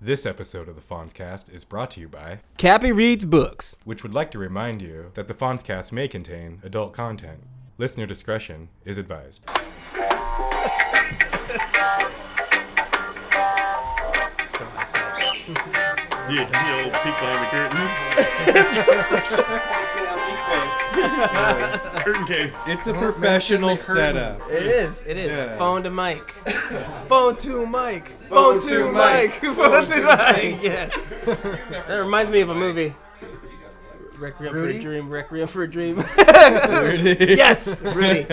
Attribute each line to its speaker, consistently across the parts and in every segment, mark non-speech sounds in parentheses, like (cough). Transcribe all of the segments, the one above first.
Speaker 1: This episode of the Fonzcast is brought to you by,
Speaker 2: Cappy reads books.
Speaker 1: which would like to remind you that the Fonzcast may contain adult content. Listener discretion is advised.
Speaker 3: You, you old peek behind the curtain. Curtain cave.
Speaker 4: It's a professional setup.
Speaker 2: It is. It is.
Speaker 4: Yeah.
Speaker 2: Phone to mic. (laughs) Phone to mic. Phone,
Speaker 4: to
Speaker 2: to mic.
Speaker 3: (laughs)
Speaker 4: mic.
Speaker 2: Phone to mic. (laughs) Yes. that reminds me of a movie. Requiem for a
Speaker 4: Rudy?
Speaker 2: Dream. Requiem for a (laughs) Dream.
Speaker 4: Rudy.
Speaker 2: yes,
Speaker 3: (laughs)
Speaker 2: Rudy.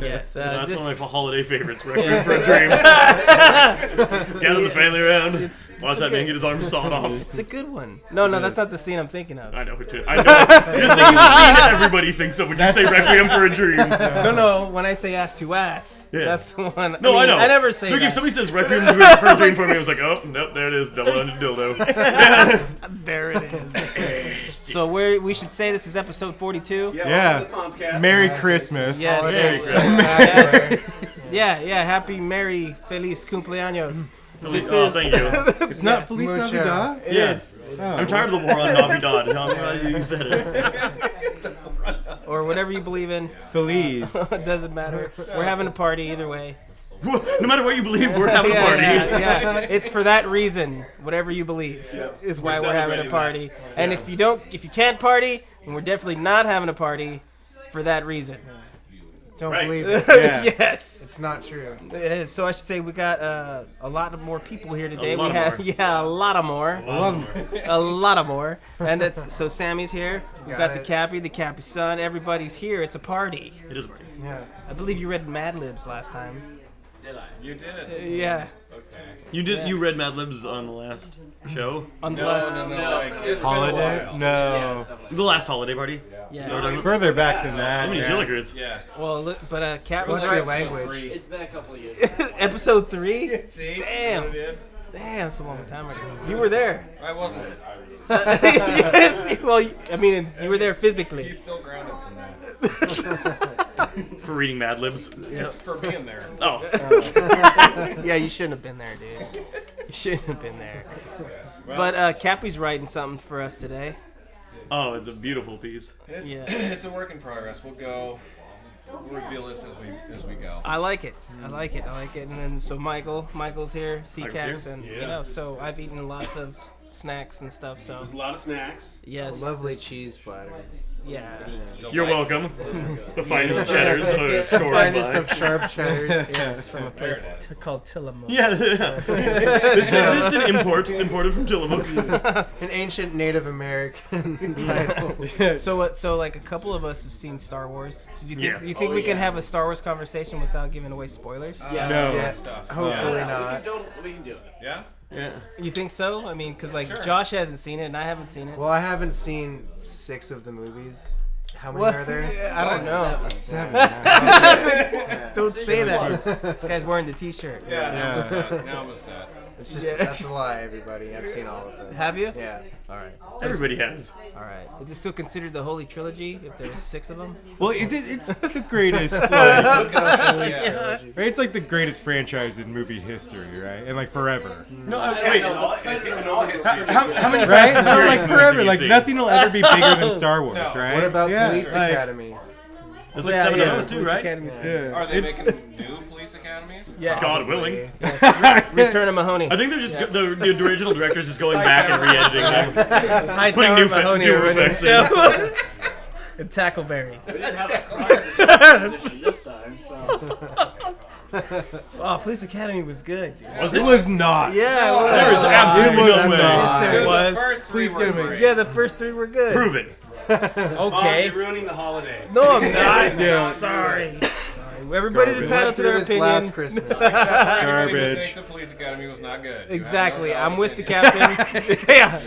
Speaker 2: Yes. Uh,
Speaker 3: That's
Speaker 2: just,
Speaker 3: one of my holiday favorites. Requiem for
Speaker 2: (laughs)
Speaker 3: a Dream. Gather the family around.
Speaker 2: It's- it's
Speaker 3: Watch that
Speaker 2: okay.
Speaker 3: man get his arm sawed off.
Speaker 2: it's a good one. No, no, that's not the scene I'm thinking of.
Speaker 3: I know who to. I
Speaker 2: (laughs)
Speaker 3: know. You're thinking of Cena, everybody thinks of when you say Requiem for a Dream.
Speaker 2: No, no. When I say ass to ass,
Speaker 3: Yeah.
Speaker 2: that's the one.
Speaker 3: No, I,
Speaker 2: mean,
Speaker 3: know.
Speaker 2: I never say
Speaker 3: Look,
Speaker 2: that.
Speaker 3: if somebody says Requiem for a Dream for me, I was like, oh, nope, there it is. Double-ended dildo.
Speaker 2: There it is. so we we should say this is episode 42.
Speaker 4: Yeah. Merry Christmas.
Speaker 2: Yes.
Speaker 3: Merry
Speaker 2: yes.
Speaker 3: Christmas.
Speaker 2: Yes. (laughs) yeah, yeah. Happy, merry, feliz cumpleaños. This
Speaker 3: oh,
Speaker 2: is-
Speaker 3: thank you.
Speaker 4: It's not Feliz
Speaker 2: Mucho.
Speaker 4: Navidad.
Speaker 2: (laughs) It
Speaker 3: Yeah.
Speaker 2: is.
Speaker 3: I'm tired of the war on Navidad. I'm glad you said it.
Speaker 2: Or whatever you believe in. (laughs)
Speaker 4: Feliz.
Speaker 2: It doesn't matter. We're having a party either way.
Speaker 3: (laughs) No matter what you believe, we're having a
Speaker 2: Yeah,
Speaker 3: party.
Speaker 2: yeah, yeah. It's for that reason. Whatever you believe is why we're, having a
Speaker 3: celebrating
Speaker 2: party. And if you don't, if you can't party, then we're definitely not having a party for that reason.
Speaker 5: (laughs) Don't
Speaker 2: (laughs)
Speaker 3: Right.
Speaker 5: believe it.
Speaker 4: Yeah.
Speaker 2: yes,
Speaker 5: It's not true.
Speaker 2: it is. So I should say we got uh, a lot of more people here today.
Speaker 3: lot
Speaker 2: we have (laughs)
Speaker 3: more.
Speaker 2: yeah, a lot of more.
Speaker 4: A lot of-
Speaker 2: a lot of more. And that's so Sammy's here. We've got,
Speaker 5: Got
Speaker 2: the
Speaker 5: it.
Speaker 2: Cappy, the Cappy son. Everybody's here. It's a party.
Speaker 3: It is a party.
Speaker 5: Yeah.
Speaker 2: I believe you read Mad Libs last time. Uh,
Speaker 6: Did I? You did.
Speaker 2: Yeah,
Speaker 3: You did. You read Mad Libs on the last show,
Speaker 2: unless
Speaker 4: Holiday? No.
Speaker 3: the last holiday party.
Speaker 2: yeah.
Speaker 3: No, no, no.
Speaker 4: Further back than that.
Speaker 3: How many
Speaker 4: yeah.
Speaker 3: Jillikers?
Speaker 6: Yeah.
Speaker 2: Well, look, but uh, Cap was
Speaker 5: What's
Speaker 2: right.
Speaker 5: your language?
Speaker 6: It's been a couple of years.
Speaker 2: (laughs) Episode
Speaker 3: (laughs)
Speaker 2: three.
Speaker 4: See?
Speaker 2: Damn. Damn, it's a long time ago. You were there. (laughs)
Speaker 4: I wasn't.
Speaker 2: yes. Well, you- I mean, you were there physically.
Speaker 4: still grounded from that.
Speaker 3: For reading Mad Libs.
Speaker 4: For being there.
Speaker 3: Oh,
Speaker 2: Yeah, you shouldn't have been there, dude. You shouldn't have been there. But uh, Cappy's writing something for us today.
Speaker 3: oh, it's a beautiful piece.
Speaker 4: It's,
Speaker 2: Yeah.
Speaker 4: it's a work in progress. We'll go. We'll reveal this as we as we go.
Speaker 2: I like it. I like it. I like it. And then so Michael, Michael's here,
Speaker 3: Michael's
Speaker 2: CCAX,
Speaker 3: here?
Speaker 2: and you
Speaker 6: Yeah.
Speaker 2: know, so I've eaten lots of snacks and stuff. So
Speaker 6: There's a lot of snacks.
Speaker 2: yes,
Speaker 5: Lovely cheese platter.
Speaker 2: yeah,
Speaker 3: You're welcome. The finest cheddars of a store
Speaker 5: Finest
Speaker 3: by.
Speaker 5: of
Speaker 4: (laughs)
Speaker 5: sharp cheddars.
Speaker 2: it's from a place t- called Tillamook.
Speaker 3: (laughs) Yeah, (laughs) yeah. it's, a, it's an import. It's imported from Tillamook.
Speaker 5: An ancient Native American (laughs) title.
Speaker 2: So what? So like a couple of us have seen Star Wars. So do you think
Speaker 3: Yeah.
Speaker 2: do you think
Speaker 6: Oh,
Speaker 2: we can
Speaker 6: yeah. Uh,
Speaker 2: have a Star Wars conversation without giving away spoilers?
Speaker 6: Yeah.
Speaker 4: No.
Speaker 5: Yeah,
Speaker 4: Uh, Stuff.
Speaker 5: hopefully
Speaker 6: Yeah, we
Speaker 5: not.
Speaker 6: can, don't, we can do it.
Speaker 4: Yeah.
Speaker 2: You think so? I mean, because like
Speaker 4: Sure.
Speaker 2: Josh hasn't seen it and I haven't seen it.
Speaker 5: Well, I haven't seen six of the movies. How many
Speaker 2: What?
Speaker 5: are there?
Speaker 2: I don't know.
Speaker 5: Seven. (laughs) yeah.
Speaker 2: (laughs) Don't say that. (laughs) this guy's wearing the T-shirt.
Speaker 4: Yeah. yeah. Now I'm upset.
Speaker 5: It's just
Speaker 2: Yeah.
Speaker 5: that's a lie, everybody. I've seen all of them.
Speaker 2: Have you?
Speaker 5: Yeah. All right.
Speaker 3: Everybody has.
Speaker 2: All right. Is it still considered the Holy Trilogy if there was six of them?
Speaker 4: Well, it's it's the greatest. like,
Speaker 5: Yeah.
Speaker 4: Right, it's like the greatest franchise in movie history, right? And like forever,
Speaker 3: No, I- wait. How, how many?
Speaker 4: right?
Speaker 3: and
Speaker 4: No, like
Speaker 3: Furious movies
Speaker 4: forever.
Speaker 3: have you
Speaker 4: Like
Speaker 3: seen?
Speaker 4: nothing will ever be bigger than Star Wars, right?
Speaker 5: What about
Speaker 4: Yeah,
Speaker 5: Police
Speaker 4: like,
Speaker 5: Academy?
Speaker 3: There's like seven
Speaker 2: yeah,
Speaker 3: of those too,
Speaker 2: Police
Speaker 3: right?
Speaker 2: Academy's big.
Speaker 4: Yeah.
Speaker 7: Are they
Speaker 4: It's-
Speaker 7: making new police
Speaker 4: (laughs)
Speaker 7: academies?
Speaker 2: Yeah.
Speaker 3: God willing.
Speaker 2: Return of Mahoney.
Speaker 3: I think they're just the, the original director's just going back and re-editing them.
Speaker 2: High
Speaker 3: Putting new, fa- new effects in.
Speaker 2: (laughs) and Tackleberry.
Speaker 6: We didn't have a crisis position this
Speaker 2: (laughs)
Speaker 6: time, so.
Speaker 2: Oh, Police Academy was good. Dude.
Speaker 3: Was
Speaker 4: It
Speaker 3: it?
Speaker 4: was not.
Speaker 2: Yeah. it was.
Speaker 3: There is absolutely
Speaker 4: It was
Speaker 3: no way.
Speaker 4: not.
Speaker 2: Yes, it
Speaker 3: was.
Speaker 7: The first three
Speaker 5: Please
Speaker 7: were
Speaker 5: give me-
Speaker 7: great.
Speaker 2: Yeah, the first three were good.
Speaker 3: Prove it.
Speaker 2: Okay.
Speaker 7: You're ruining the holiday.
Speaker 2: No, I'm not.
Speaker 4: Yeah.
Speaker 2: Sorry. Sorry. Everybody's entitled to
Speaker 5: Went
Speaker 2: their
Speaker 5: through this last
Speaker 2: opinion.
Speaker 5: Christmas.
Speaker 7: Everybody who
Speaker 4: Garbage.
Speaker 7: thinks the police academy was not good. You have no
Speaker 2: Exactly.
Speaker 7: valid
Speaker 2: I'm with the
Speaker 7: opinion.
Speaker 2: captain. (laughs) yeah.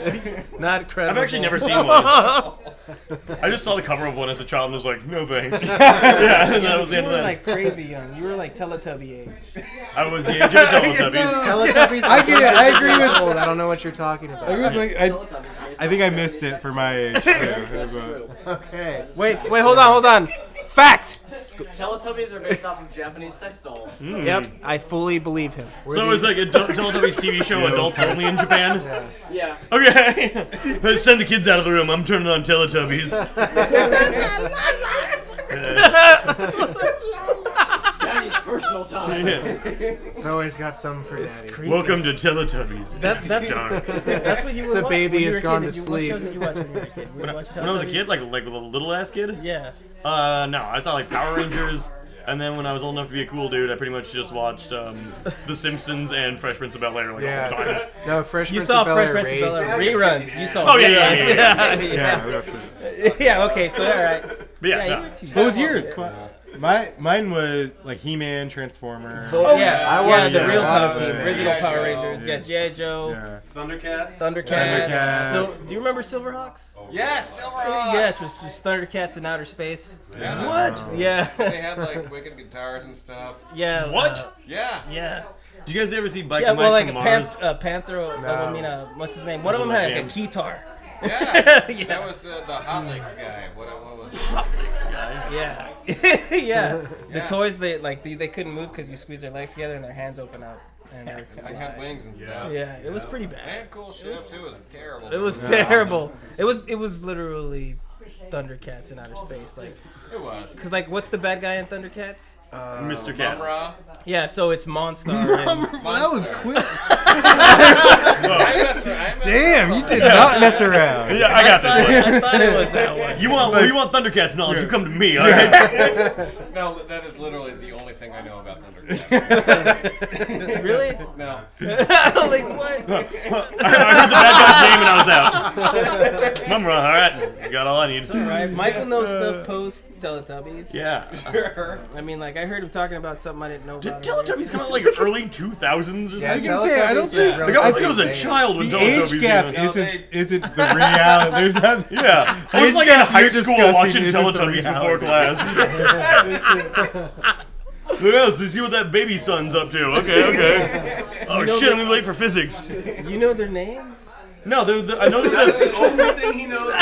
Speaker 2: Not
Speaker 3: I've
Speaker 2: credible.
Speaker 3: actually never seen one. I
Speaker 2: (laughs)
Speaker 3: just saw the cover of one as a child and was like, no thanks. yeah, and (laughs) that was the
Speaker 2: You
Speaker 3: end of
Speaker 2: were
Speaker 3: that.
Speaker 2: like crazy young. You were like Teletubby age.
Speaker 3: I was the age of
Speaker 2: (laughs)
Speaker 3: a Teletubby.
Speaker 5: Teletubbies.
Speaker 4: I get it. I agree with-
Speaker 5: Old. I don't know what you're talking about.
Speaker 4: I, was like, I,
Speaker 6: Teletubbies
Speaker 4: (laughs) I think I missed it for my age. Too,
Speaker 6: That's
Speaker 4: but-
Speaker 6: true.
Speaker 5: Okay.
Speaker 2: Wait, wait, hold on, hold on. Fact.
Speaker 6: Teletubbies are based off of Japanese sex dolls.
Speaker 2: Yep, I fully believe him.
Speaker 3: Hmm. So it's like a adult- Teletubbies TV show, adults only in Japan.
Speaker 6: Yeah.
Speaker 3: Okay, (laughs) Let's send the kids out of the room. I'm turning
Speaker 2: (laughs)
Speaker 3: on Teletubbies.
Speaker 6: It's Daddy's personal time.
Speaker 5: It's always got some for daddy.
Speaker 3: Welcome to Teletubbies.
Speaker 2: That- that's-
Speaker 3: (laughs) Dark.
Speaker 2: That's what you
Speaker 5: The wa- baby when you has were a gone kid, to did you- what sleep. shows
Speaker 2: did you watch when you were a kid?
Speaker 3: When I, when I was a kid, like like a little, little ass kid.
Speaker 2: Yeah.
Speaker 3: Uh, no, I saw like Power Rangers, and then when I was old enough to be a cool dude, I pretty much just watched um, The Simpsons and Fresh Prince of Bel Air like
Speaker 2: (laughs)
Speaker 3: all the
Speaker 5: Yeah.
Speaker 3: time.
Speaker 5: No, Fresh
Speaker 2: You
Speaker 5: Prince
Speaker 2: saw
Speaker 5: of Bel-Air
Speaker 2: Fresh Prince of
Speaker 5: raised-
Speaker 2: Bel-Air reruns. You saw.
Speaker 3: Oh, yeah, yeah, yeah,
Speaker 2: (laughs) yeah,
Speaker 5: Yeah, roughly.
Speaker 2: Yeah, Okay, so all right.
Speaker 3: But yeah,
Speaker 2: you
Speaker 3: no.
Speaker 2: were too
Speaker 1: What was
Speaker 2: young.
Speaker 1: yours? My mine was like He-Man, Transformer.
Speaker 2: Oh, yeah,
Speaker 5: I
Speaker 2: yeah,
Speaker 5: watched
Speaker 2: the
Speaker 5: a
Speaker 2: real
Speaker 5: lot of
Speaker 2: Power Rangers,
Speaker 5: them.
Speaker 2: original
Speaker 7: G.I.
Speaker 2: Power
Speaker 7: Joe.
Speaker 2: Rangers. Got GI Joe,
Speaker 1: Yeah.
Speaker 7: Thundercats.
Speaker 2: Thundercats.
Speaker 1: Thundercats.
Speaker 2: Sil- do you remember Silverhawks?
Speaker 7: Oh. Yes, Silverhawks.
Speaker 2: Yes, it was, it was Thundercats in outer space.
Speaker 7: Yeah.
Speaker 2: What?
Speaker 7: They
Speaker 2: Yeah, (laughs)
Speaker 7: had like wicked guitars and stuff.
Speaker 2: yeah.
Speaker 3: What?
Speaker 2: uh,
Speaker 7: Yeah.
Speaker 2: yeah.
Speaker 3: Did you guys ever see Bike
Speaker 2: Yeah,
Speaker 3: and
Speaker 2: well,
Speaker 3: Mice
Speaker 2: like a
Speaker 3: from
Speaker 2: pan-
Speaker 3: Mars?
Speaker 2: uh, Panther. uh, I mean, uh, what's his name? One of them had like, a
Speaker 7: (laughs)
Speaker 2: keytar.
Speaker 7: Yeah.
Speaker 2: Yeah.
Speaker 7: That was uh, the, the Hot Licks guy. What, what was it?
Speaker 2: Yeah, (laughs) yeah. The
Speaker 7: Yeah.
Speaker 2: toys they like they, they couldn't move because you squeeze their legs together and their hands open up
Speaker 7: (laughs)
Speaker 2: and they're
Speaker 7: They had
Speaker 2: fly.
Speaker 7: wings and stuff.
Speaker 2: Yeah, it was pretty
Speaker 7: They
Speaker 2: bad.
Speaker 7: had cool shit too. It was terrible.
Speaker 2: It was terrible. It was it was literally Thundercats in outer space. Like,
Speaker 7: It was.
Speaker 2: cause like what's the bad guy in Thundercats?
Speaker 3: Mr. Uh, Cat.
Speaker 7: Bruh.
Speaker 2: Yeah, so it's
Speaker 7: (laughs)
Speaker 2: Monstar. and,
Speaker 7: That was quick.
Speaker 5: Damn, you did not mess around.
Speaker 3: Yeah, I got this (laughs) one.
Speaker 2: (laughs) I thought it was that one.
Speaker 3: You want you want Thundercats knowledge? You come to me. All right? (laughs)
Speaker 7: No, that is literally the only thing I know about Thundercats.
Speaker 2: (laughs) (laughs) Really?
Speaker 7: No.
Speaker 2: like
Speaker 3: (laughs)
Speaker 2: what?
Speaker 3: I heard the bad guy's name and I was out. Mumra, all right, got all I need.
Speaker 2: All right, Michael knows stuff post Teletubbies.
Speaker 3: Yeah.
Speaker 2: I mean, like I heard him talking about something I didn't know (laughs)
Speaker 3: Did
Speaker 2: about. already.
Speaker 3: Teletubbies come out like early 2000s or something?
Speaker 5: Yeah,
Speaker 3: like,
Speaker 1: can say, I don't
Speaker 5: Teletubbies
Speaker 1: think-
Speaker 5: are
Speaker 3: I don't think I was a
Speaker 5: relatively
Speaker 3: child when
Speaker 1: The
Speaker 3: Teletubbies
Speaker 1: age gap
Speaker 3: came out.
Speaker 7: is-
Speaker 1: isn't isn't the reality. There's nothing.
Speaker 3: Yeah, I
Speaker 1: Age
Speaker 3: was like in
Speaker 1: gap
Speaker 3: high
Speaker 1: you're
Speaker 3: school
Speaker 1: discussing
Speaker 3: watching
Speaker 1: isn't the
Speaker 3: Teletubbies before
Speaker 1: reality.
Speaker 3: class. Look else to see what that baby son's up to. Okay, okay. Oh shit, I'm gonna be late for physics.
Speaker 2: You know their names?
Speaker 3: No, they're, the- I know they're the,
Speaker 4: only thing he knows.
Speaker 7: (laughs)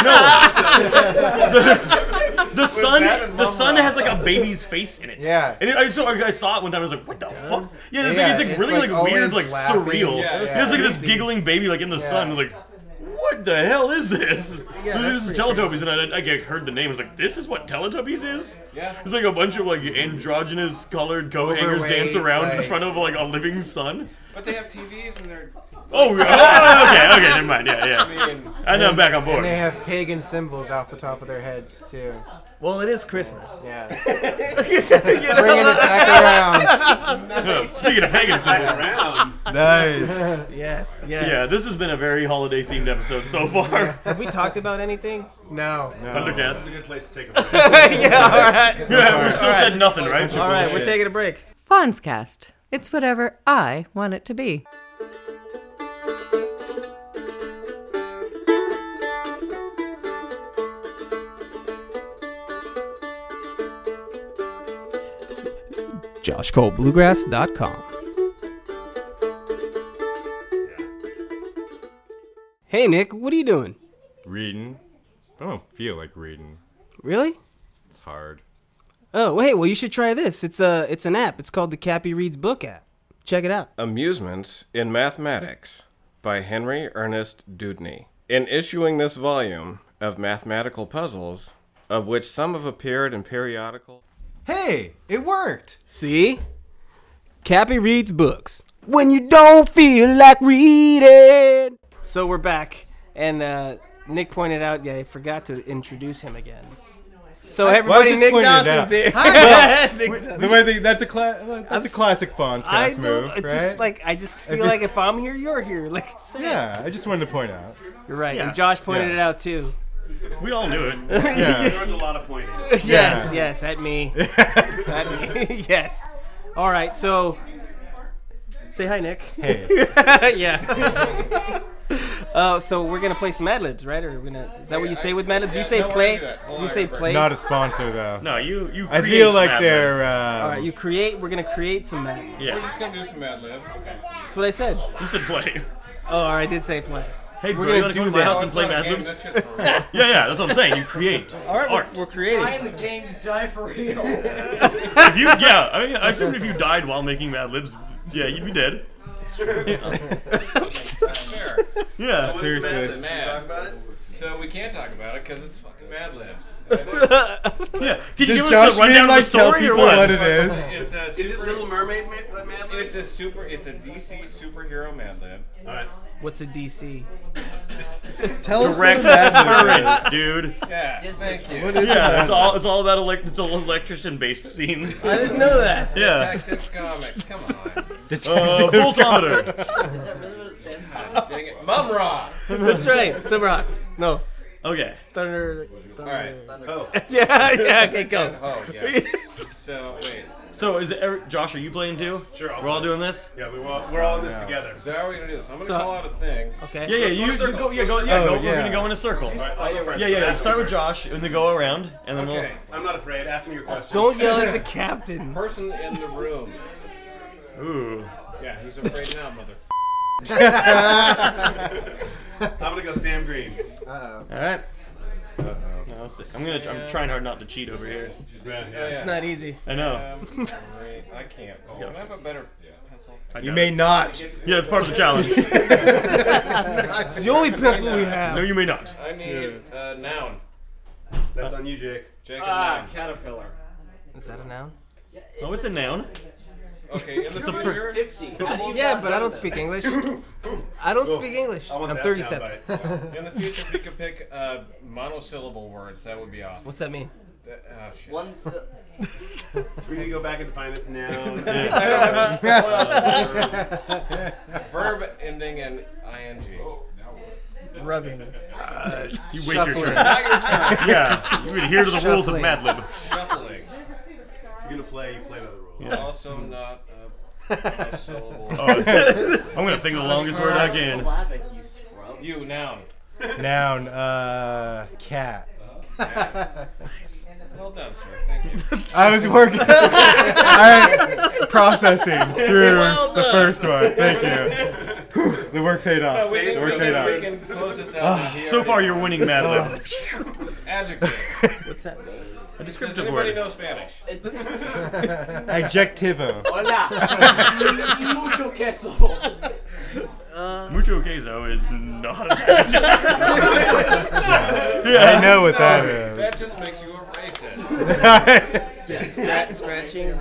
Speaker 3: the sun.
Speaker 7: that and
Speaker 3: The
Speaker 7: Mum
Speaker 3: sun
Speaker 7: Rock.
Speaker 3: has like a baby's face in it.
Speaker 5: Yeah.
Speaker 3: And it, I saw. I saw it one time. I was like, "What the fuck?" Yeah, it's like
Speaker 5: Yeah,
Speaker 3: it's like
Speaker 5: it's,
Speaker 3: really like,
Speaker 5: like,
Speaker 3: weird,
Speaker 5: always
Speaker 3: like
Speaker 5: laughing.
Speaker 3: surreal.
Speaker 7: Yeah,
Speaker 3: It's
Speaker 7: yeah.
Speaker 3: just like this giggling baby like in the sun. I was like, "What the hell is this?" this is Teletubbies, and I, I get- heard the name. I was like, "This is what Teletubbies is."
Speaker 7: Yeah.
Speaker 3: It's like a bunch of like androgynous colored co-hangers dance
Speaker 5: Overweight,
Speaker 3: around in
Speaker 5: like-
Speaker 3: front of like a living sun.
Speaker 7: But they have TVs and they're.
Speaker 3: Oh, yeah. oh, okay, okay, never mind. Yeah, yeah.
Speaker 7: I mean,
Speaker 3: I know I'm back on board.
Speaker 5: And (laughs) they have pagan symbols off the top of their heads too.
Speaker 2: Well, it is Christmas.
Speaker 5: Yeah. Bringing it back
Speaker 3: Uh, (laughs) Speaking of pagan symbols.
Speaker 1: Nice.
Speaker 2: Yes, yes.
Speaker 3: Yeah, this has been a very holiday themed episode so far. (laughs)
Speaker 2: Have we talked about anything?
Speaker 5: around. No.
Speaker 3: Thundercats.
Speaker 7: good place to take a break.
Speaker 2: yeah, all right.
Speaker 3: Yeah, we still said nothing, right?
Speaker 2: All right, we're taking a break.
Speaker 8: Fonzcast. It's whatever I want it to be.
Speaker 9: joshcolebluegrass.com.
Speaker 2: Hey, Nick, what are you doing?
Speaker 1: Reading. I don't feel like reading.
Speaker 2: Really?
Speaker 1: It's hard.
Speaker 2: Oh, wait. Well, you should try this. It's a it's an app. It's called the Cappy Reads Book app. Check it out.
Speaker 7: Amusement in Mathematics by Henry Ernest Dudney. In issuing this volume of mathematical puzzles, of which some have appeared in periodical.
Speaker 5: Hey, it worked.
Speaker 2: See? Cappy reads books. When you don't feel like reading. So we're back, and uh, Nick pointed out, yeah, I forgot to introduce him again. So everybody,
Speaker 1: just
Speaker 2: Nick
Speaker 1: pointed it
Speaker 2: Dawson's
Speaker 1: out.
Speaker 2: here. (laughs) Nick
Speaker 1: (laughs)
Speaker 2: Dawson.
Speaker 1: The way they, that's a cla- that's a classic Fonz
Speaker 2: I
Speaker 1: cast
Speaker 2: don't.
Speaker 1: move,
Speaker 2: it's
Speaker 1: right?
Speaker 2: just like I just feel
Speaker 1: you-
Speaker 2: like if I'm here, you're here. (laughs) Like yeah,
Speaker 1: yeah, I just wanted to point out.
Speaker 2: you're right.
Speaker 3: Yeah.
Speaker 2: And Josh pointed
Speaker 1: Yeah.
Speaker 2: it
Speaker 1: (laughs)
Speaker 2: out too.
Speaker 3: We all knew it.
Speaker 1: Yeah.
Speaker 7: There was a lot of pointing.
Speaker 2: Yes, yes, at me.
Speaker 1: (laughs)
Speaker 2: at me. (laughs) yes. All right. So say hi, Nick.
Speaker 1: hey,
Speaker 2: (laughs) yeah. (laughs) uh, so we're gonna play some Mad Libs, right? Or we're gonna? Is that what you say with Mad Libs? Do you say
Speaker 7: no, we're
Speaker 2: play?
Speaker 7: gonna do that.
Speaker 2: Do
Speaker 7: Hold on,
Speaker 2: you say
Speaker 7: everybody.
Speaker 2: play?
Speaker 1: not a sponsor though.
Speaker 3: No, you you.
Speaker 1: I
Speaker 3: create
Speaker 1: feel like
Speaker 3: Mad Libs.
Speaker 1: they're.
Speaker 2: All
Speaker 1: Uh,
Speaker 2: right, you create. We're gonna create some Mad Libs.
Speaker 7: We're just gonna do some ad libs.
Speaker 2: That's what I said.
Speaker 3: You said play.
Speaker 2: Oh, or I did say play.
Speaker 3: Yeah. Hey,
Speaker 2: We're
Speaker 3: bro,
Speaker 2: gonna
Speaker 3: you want to come
Speaker 2: do
Speaker 3: to my
Speaker 2: that.
Speaker 3: house and play Mad Libs? Yeah, yeah, that's what I'm saying. You create.
Speaker 2: All
Speaker 3: it's
Speaker 2: right,
Speaker 3: art.
Speaker 2: we're, we're creating.
Speaker 6: Die in the game, die for real.
Speaker 2: (laughs)
Speaker 3: if you, yeah, I mean, I assumed if you died while making Mad Libs, yeah, you'd be dead.
Speaker 10: (laughs)
Speaker 7: Fair.
Speaker 3: Yeah.
Speaker 7: Mad,
Speaker 5: Seriously.
Speaker 7: mad.
Speaker 11: Talk about it.
Speaker 7: So we can't talk about it because it's fucking Mad Libs.
Speaker 3: Yeah. Could you
Speaker 5: Does
Speaker 3: give us
Speaker 5: Josh
Speaker 3: the rundown
Speaker 5: mean
Speaker 3: of the
Speaker 5: like tell
Speaker 3: story or
Speaker 5: people
Speaker 3: what? (laughs)
Speaker 5: what it is?
Speaker 7: It's a
Speaker 11: Is it
Speaker 7: super-
Speaker 11: Little Mermaid ma- Mad Libs?
Speaker 7: It's a super. It's a DC superhero Mad Lib.
Speaker 3: All right.
Speaker 2: What's a DC?
Speaker 5: Tell us
Speaker 3: Direct
Speaker 5: what Mad Libs
Speaker 3: current, dude.
Speaker 7: Yeah.
Speaker 6: Disney.
Speaker 7: Thank you.
Speaker 5: What
Speaker 3: (laughs)
Speaker 5: is
Speaker 3: Yeah,
Speaker 5: Mad
Speaker 3: it's all it's all about elect it's all electrician based scenes.
Speaker 2: I didn't know
Speaker 3: (laughs)
Speaker 2: that.
Speaker 3: Yeah.
Speaker 7: Detective Comics. Come on.
Speaker 2: (laughs)
Speaker 3: Uh, voltometer.
Speaker 6: Is that really what it stands for?
Speaker 7: Dang it. Mumra.
Speaker 2: That's right. Some rocks. No.
Speaker 3: Okay.
Speaker 2: Thunder. (laughs)
Speaker 7: All right.
Speaker 10: Oh.
Speaker 2: Yeah, yeah. Okay, go.
Speaker 7: Oh yeah. So wait.
Speaker 3: So is it every, Josh? Are you playing too?
Speaker 10: Sure, I'll
Speaker 3: We're all doing this.
Speaker 10: Yeah, we, we're all, we're all in this together.
Speaker 7: So how are we gonna do this? I'm gonna
Speaker 2: So-
Speaker 7: call out a thing.
Speaker 2: Okay.
Speaker 3: Yeah, yeah. You, you go. Yeah, go. Yeah,
Speaker 5: Oh,
Speaker 3: go. We're
Speaker 5: yeah.
Speaker 3: gonna go in a circle.
Speaker 10: I'll go first.
Speaker 3: Yeah, yeah. yeah.
Speaker 10: Ask me
Speaker 3: Start with
Speaker 10: first.
Speaker 3: Josh, and then go around, and then
Speaker 7: Okay.
Speaker 10: I'm not afraid. Ask me your question.
Speaker 2: Don't yell at the captain.
Speaker 7: Person in the room.
Speaker 3: we'll. Ooh.
Speaker 7: Yeah, he's afraid now, mother.
Speaker 10: I'm gonna go Sam Green.
Speaker 2: All right.
Speaker 3: No, I'll see. I'm gonna. I'm trying hard not to cheat over here.
Speaker 10: Yeah, yeah.
Speaker 2: It's not easy.
Speaker 3: I know.
Speaker 7: Wait, I can't. Can I have a better pencil?
Speaker 3: I
Speaker 5: You
Speaker 3: got
Speaker 5: may
Speaker 3: it.
Speaker 5: not.
Speaker 3: Yeah, it's part of the
Speaker 5: (laughs)
Speaker 3: challenge.
Speaker 2: It's the only pencil we
Speaker 3: no,
Speaker 2: have.
Speaker 3: you may not.
Speaker 7: I need a noun.
Speaker 10: That's on you, Jake.
Speaker 7: Jacob.
Speaker 6: Ah,
Speaker 7: noun.
Speaker 6: caterpillar.
Speaker 2: Is that a noun?
Speaker 3: Oh, it's a noun.
Speaker 7: Okay. In the
Speaker 3: a
Speaker 7: room
Speaker 3: per-
Speaker 7: is your-
Speaker 6: Fifty.
Speaker 2: Yeah, but I don't speak English. I don't speak English.
Speaker 10: I want
Speaker 2: I'm
Speaker 10: that
Speaker 2: 37.
Speaker 10: soundbite.
Speaker 7: In the future, if we could pick uh, monosyllable words, that would be awesome.
Speaker 2: What's that mean?
Speaker 7: That, oh, shit.
Speaker 6: One. Si-
Speaker 10: We need to go back and find this noun.
Speaker 7: I don't have a Uh, verb ending in ing.
Speaker 10: Oh.
Speaker 2: Rubbing.
Speaker 3: You wait your turn.
Speaker 7: Not your turn.
Speaker 3: Yeah, you adhere to the rules of
Speaker 11: Shuffling.
Speaker 3: Mad Lib.
Speaker 7: Shuffling.
Speaker 10: You're gonna play. You play by the rules.
Speaker 7: Also not a monosyllable.
Speaker 3: (laughs) Oh, I'm gonna think of the longest word I can.
Speaker 6: Slavic, you scrub.
Speaker 7: You noun.
Speaker 11: Noun. Uh, cat.
Speaker 7: Well done, sir. Thank you.
Speaker 5: I
Speaker 3: (laughs)
Speaker 5: was working. I processing through
Speaker 2: Well
Speaker 5: the
Speaker 2: done.
Speaker 5: first one. Thank you.
Speaker 3: (laughs)
Speaker 5: Whew, the work paid off.
Speaker 7: We
Speaker 5: the work
Speaker 7: can,
Speaker 5: paid
Speaker 7: we
Speaker 5: off.
Speaker 7: can close this out.
Speaker 3: Ah,
Speaker 7: with
Speaker 3: So far, you're winning Mad Lib. (laughs)
Speaker 7: Adjective.
Speaker 2: What's that mean?
Speaker 3: A
Speaker 7: Does
Speaker 3: descriptive
Speaker 7: anybody
Speaker 3: word.
Speaker 7: know Spanish?
Speaker 2: (laughs)
Speaker 6: It's
Speaker 5: Adjectivo.
Speaker 6: hola. Mucho queso.
Speaker 5: Oh.
Speaker 3: Mucho queso is not. yeah,
Speaker 5: I know what that
Speaker 7: Sorry,
Speaker 5: is. (laughs)
Speaker 7: That just makes you a racist.
Speaker 2: Scratch, scratching.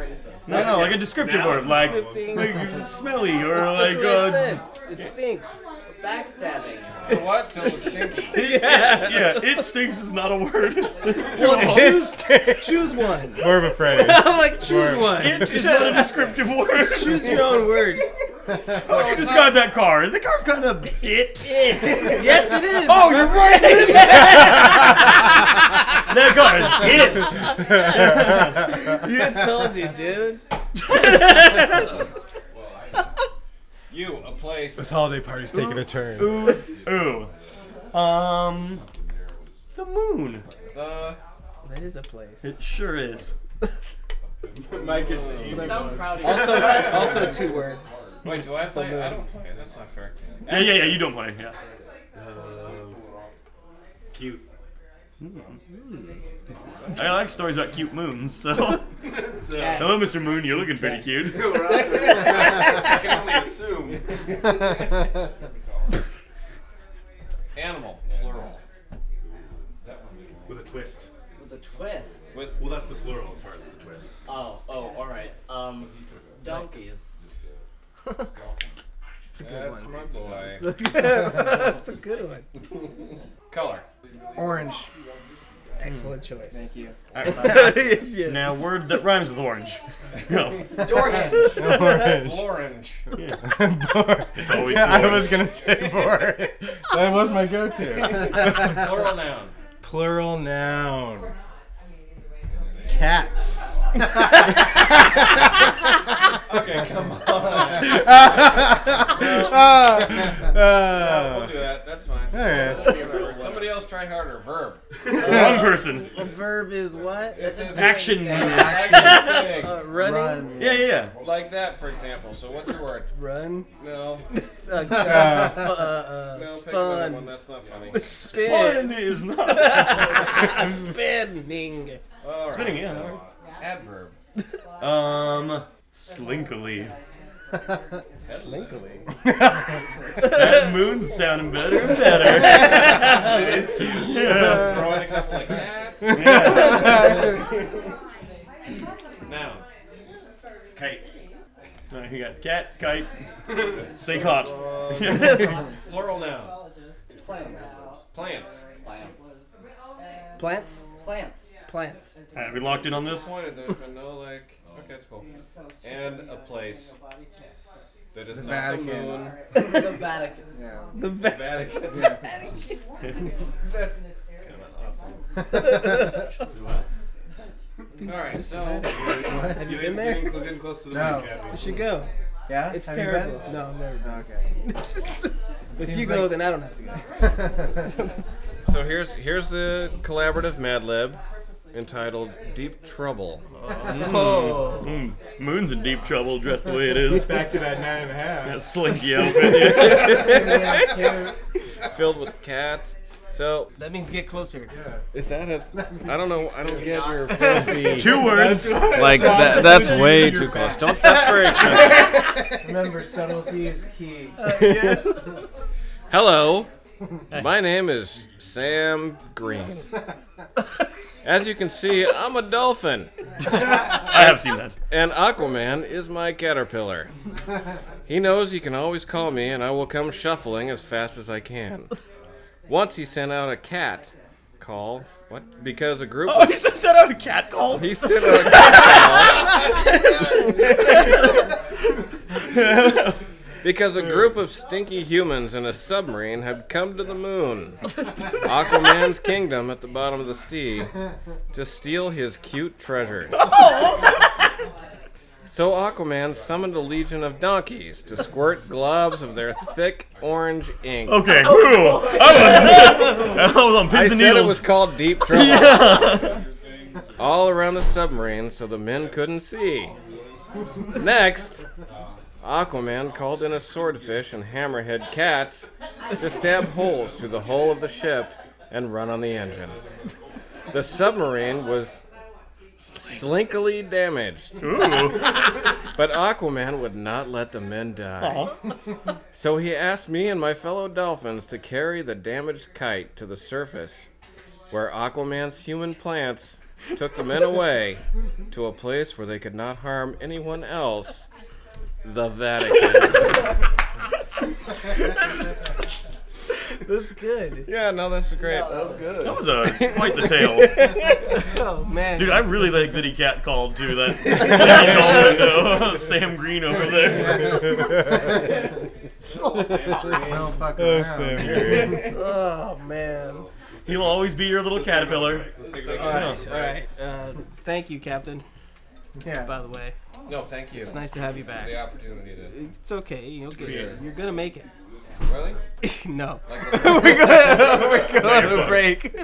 Speaker 3: No, no, like a descriptive word, like like smelly or
Speaker 2: Oh
Speaker 3: like uh,
Speaker 2: It (laughs) stinks.
Speaker 6: Backstabbing.
Speaker 7: So what? So stinky.
Speaker 3: yeah, it stinks is not a (laughs) word.
Speaker 5: Oh, It's
Speaker 2: Choose one.
Speaker 5: more of a phrase.
Speaker 2: (laughs) I'm like, choose one.
Speaker 3: It is not a (laughs) descriptive word.
Speaker 2: Choose your own word.
Speaker 3: How would you describe that car? The car's kind of
Speaker 2: (laughs)
Speaker 3: it. (laughs)
Speaker 2: Yes, it is.
Speaker 3: Oh, you're right. that car is it.
Speaker 2: I told (laughs) you, dude.
Speaker 7: You, a place.
Speaker 5: This holiday party's taking a turn.
Speaker 3: Ooh, um, the moon.
Speaker 7: The.
Speaker 2: That is a place.
Speaker 3: It sure is.
Speaker 10: Mike gets the easy.
Speaker 6: Sound proud of
Speaker 2: Also,
Speaker 6: yourself.
Speaker 2: also two words.
Speaker 7: Wait, do I play? I don't play. That's not fair.
Speaker 3: Yeah, yeah, yeah. You don't play. Yeah.
Speaker 10: Um, cute.
Speaker 3: I like stories about cute moons. So,
Speaker 10: So,
Speaker 3: hello, Mr. Moon. You're looking pretty cute.
Speaker 10: we're all- I can only assume.
Speaker 7: Animal, plural.
Speaker 10: With a twist.
Speaker 6: With a twist.
Speaker 7: With
Speaker 10: Well, that's the plural part of the twist.
Speaker 6: Oh, oh, all right. Um, donkeys.
Speaker 7: that's my boy.
Speaker 2: (laughs) That's a good one.
Speaker 7: Color.
Speaker 11: Orange.
Speaker 3: Mm.
Speaker 2: Excellent choice.
Speaker 11: Thank you.
Speaker 2: yes.
Speaker 3: Now, word that rhymes with (laughs) orange. No,
Speaker 6: Door hinge.
Speaker 5: Orange.
Speaker 7: Orange.
Speaker 3: it's (laughs) always
Speaker 5: I
Speaker 3: orange.
Speaker 5: was
Speaker 3: (laughs)
Speaker 5: gonna say boring. that was my go-to.
Speaker 7: Plural noun.
Speaker 5: Plural noun. Cats.
Speaker 7: Okay,
Speaker 2: (laughs)
Speaker 7: come on. We'll
Speaker 5: Ah.
Speaker 7: do that. That's fine.
Speaker 5: Alright.
Speaker 7: Somebody else try harder. Verb.
Speaker 3: Wrong person.
Speaker 2: The verb is what?
Speaker 6: That's a
Speaker 3: Action
Speaker 6: doing
Speaker 3: move.
Speaker 6: thing.
Speaker 7: Action thing.
Speaker 2: Uh, running. Run.
Speaker 11: Run.
Speaker 3: Yeah, yeah, yeah.
Speaker 7: Like that, for example. So what's your word? No.
Speaker 2: Uh, uh,
Speaker 7: No.
Speaker 2: uh,
Speaker 4: another one.
Speaker 2: Spun.
Speaker 4: That's not funny.
Speaker 3: One
Speaker 2: Spin. Uh,
Speaker 3: is (laughs) not
Speaker 2: Spinning.
Speaker 4: All right. uh,
Speaker 3: spinning. Yeah.
Speaker 4: Adverb.
Speaker 3: Um, (laughs) slinkily.
Speaker 4: Slinkily.
Speaker 3: That moon's sounding better and (laughs) better.
Speaker 4: Throw it a couple of cats. Noun.
Speaker 3: Kite. Alright, we got cat, kite, say (laughs) caught.
Speaker 4: Plural noun.
Speaker 6: Plants.
Speaker 4: Plants.
Speaker 6: Plants.
Speaker 2: Plants.
Speaker 6: Plants.
Speaker 2: Plants.
Speaker 3: Alright, we locked in on this.
Speaker 4: Disappointed there's been no like. Okay, it's cool. And a place that is
Speaker 5: The
Speaker 4: not the
Speaker 5: Vatican.
Speaker 4: moon.
Speaker 6: the Vatican.
Speaker 5: Yeah.
Speaker 2: The
Speaker 7: (laughs)
Speaker 2: va-
Speaker 4: Vatican. That's kind of awesome. All right, so
Speaker 2: Have you been there? You
Speaker 9: getting close to the
Speaker 5: No.
Speaker 2: should go.
Speaker 5: Yeah?
Speaker 2: It's
Speaker 5: Have you
Speaker 2: terrible.
Speaker 5: been?
Speaker 2: No, I've never been.
Speaker 5: Okay.
Speaker 2: If
Speaker 5: Seems
Speaker 2: you go,
Speaker 5: like-
Speaker 2: then I don't have to go.
Speaker 7: So here's here's the collaborative Mad Lib entitled "Deep Trouble."
Speaker 3: Mm, moon's in deep trouble dressed the way it is.
Speaker 9: Back to that nine and a half.
Speaker 3: That slinky outfit. yeah.
Speaker 7: filled with cats. So
Speaker 2: That means get closer.
Speaker 7: is that a? I don't know. I don't get your fancy.
Speaker 3: Two words.
Speaker 7: (laughs) Like that, that's way too close. Don't that's very close.
Speaker 5: Remember, subtlety is key.
Speaker 9: (laughs)
Speaker 7: Hello, (laughs) my name is Sam Green. As you can see, I'm a dolphin,
Speaker 3: I have seen that.
Speaker 7: and Aquaman is my caterpillar. He knows he can always call me, and I will come shuffling as fast as I can. Once he sent out a cat call. What? Because a group.
Speaker 3: Oh, he sent out a cat call.
Speaker 7: He sent out a cat call. Because a group of stinky humans in a submarine had come to the moon, Aquaman's kingdom at the bottom of the sea, to steal his cute treasures. So Aquaman summoned a legion of donkeys to squirt globs of their thick orange ink.
Speaker 3: Okay. whew. I was, I was on
Speaker 7: I
Speaker 3: pins
Speaker 7: said
Speaker 3: and
Speaker 7: it
Speaker 3: needles.
Speaker 7: was
Speaker 3: (laughs)
Speaker 7: called Deep Trouble. All around the submarine so the men couldn't see. Next, Aquaman called in a swordfish and hammerhead cats to stab holes through the hull of the ship and run on the engine. The submarine was slinkily damaged,
Speaker 3: Ooh.
Speaker 7: but Aquaman would not let the men die. So he asked me and my fellow dolphins to carry the damaged kite to the surface, where Aquaman's human plants took the men away to a place where they could not harm anyone else the Vatican.
Speaker 2: That's good.
Speaker 7: (laughs) (laughs) yeah, no, that's great.
Speaker 3: That was a, quite the tale.
Speaker 2: Oh man.
Speaker 3: Dude, I really like that he cat called too. That slinky called into (laughs) Sam Green over there.
Speaker 5: Don't fuck around.
Speaker 2: oh man.
Speaker 3: He'll always be your little caterpillar.
Speaker 2: All right. All right. Uh, thank you, Captain.
Speaker 5: Yeah.
Speaker 2: By the way,
Speaker 4: no, thank you.
Speaker 2: it's nice to have you
Speaker 4: The
Speaker 2: back.
Speaker 4: opportunity to
Speaker 2: It's okay. You'll get.
Speaker 4: Beer.
Speaker 2: You're gonna make it.
Speaker 4: really.
Speaker 2: (laughs) no. (laughs)
Speaker 4: (laughs)
Speaker 3: You're fucked.
Speaker 2: break.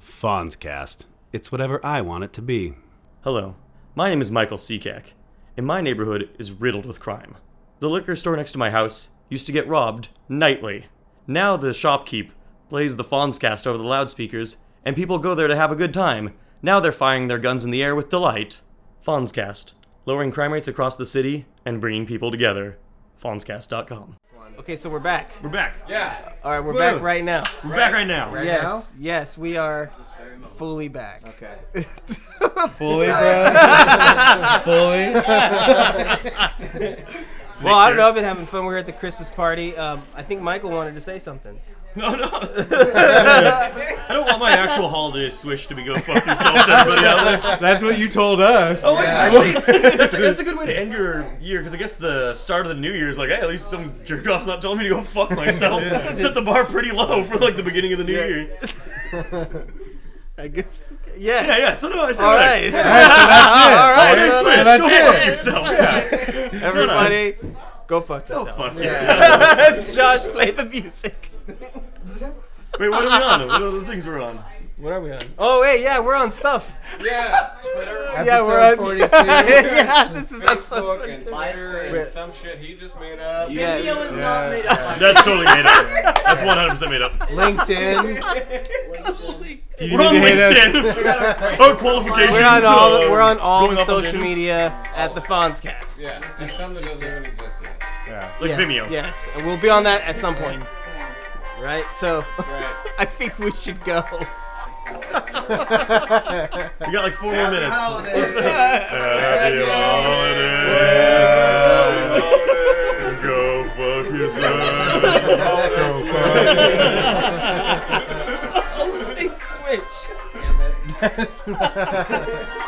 Speaker 12: Fawnscast. It's whatever I want it to be.
Speaker 3: Hello, my name is Michael Seacack, and my neighborhood is riddled with crime. The liquor store next to my house used to get robbed nightly. Now the shopkeep plays the Fawnscast over the loudspeakers, and people go there to have a good time. Now they're firing their guns in the air with delight. Fawnscast, lowering crime rates across the city and bringing people together. Fawnscast.com.
Speaker 2: Okay, so we're back.
Speaker 3: We're back.
Speaker 4: Yeah.
Speaker 2: All right, we're back
Speaker 3: Woo.
Speaker 2: right now.
Speaker 3: We're back right now.
Speaker 5: Right
Speaker 2: yes.
Speaker 5: now?
Speaker 2: Yes, we are fully back.
Speaker 5: Okay.
Speaker 9: Fully, bro. Fully.
Speaker 2: Well, I don't
Speaker 3: (laughs)
Speaker 2: know. I've been having fun. We were at the Christmas party. Um, I think Michael wanted to say something.
Speaker 3: No, no. I don't want my actual holiday swish to be go fuck yourself to everybody out there.
Speaker 9: That's what you told us.
Speaker 3: Oh,
Speaker 2: (laughs)
Speaker 3: wait, actually, that's a, that's a good way to end your year because I guess the start of the new year is like, hey, at least some jerk off's not telling me to go
Speaker 2: (laughs)
Speaker 3: fuck myself. Set the bar pretty low for like the beginning of the new year.
Speaker 2: I guess.
Speaker 3: Yeah,
Speaker 2: Yes.
Speaker 3: yeah. So no, I said
Speaker 2: All
Speaker 3: that.
Speaker 2: right.
Speaker 3: Holiday
Speaker 2: All right.
Speaker 9: that's
Speaker 3: swish,
Speaker 9: it.
Speaker 3: go fuck yourself. Yeah.
Speaker 2: Everybody, go fuck yourself.
Speaker 3: Fuck yourself.
Speaker 2: (laughs) Josh, play the music.
Speaker 3: Wait, what are we on? What are the things we're on?
Speaker 2: What are we on? Oh wait, yeah, we're on stuff.
Speaker 5: Yeah, Twitter.
Speaker 2: yeah, we're on. (laughs)
Speaker 5: 42.
Speaker 2: yeah, this is episode
Speaker 5: Facebook and
Speaker 2: 42.
Speaker 5: Twitter and
Speaker 2: Wait.
Speaker 5: some shit he just made up.
Speaker 2: Yeah. Vimeo is not made
Speaker 3: up. That's totally made up. That's 100% made up. You
Speaker 2: We're on
Speaker 3: need to hit us.
Speaker 2: (laughs) LinkedIn.
Speaker 3: Oh, qualifications,
Speaker 2: We're on all the,
Speaker 3: uh,
Speaker 2: we're on all
Speaker 3: going
Speaker 2: the
Speaker 3: up on
Speaker 2: social
Speaker 3: Vimeo.
Speaker 2: media at the Fonzcast.
Speaker 5: Yeah, just some that doesn't even exist yet.
Speaker 13: Yeah.
Speaker 3: Like
Speaker 2: yes,
Speaker 3: Vimeo.
Speaker 2: Yes, and we'll be on that at some point. Right? So, (laughs) I think we should go.
Speaker 3: We got like four more minutes. Happy
Speaker 2: Happy
Speaker 3: holidays. Go fuck yourself. Go fuck Dude, would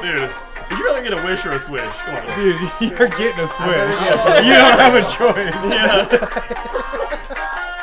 Speaker 3: you rather get a wish or a switch? Come on.
Speaker 13: Dude, you're getting a switch.
Speaker 3: better get a
Speaker 13: you don't
Speaker 3: switch.
Speaker 13: have a choice.
Speaker 3: Yeah.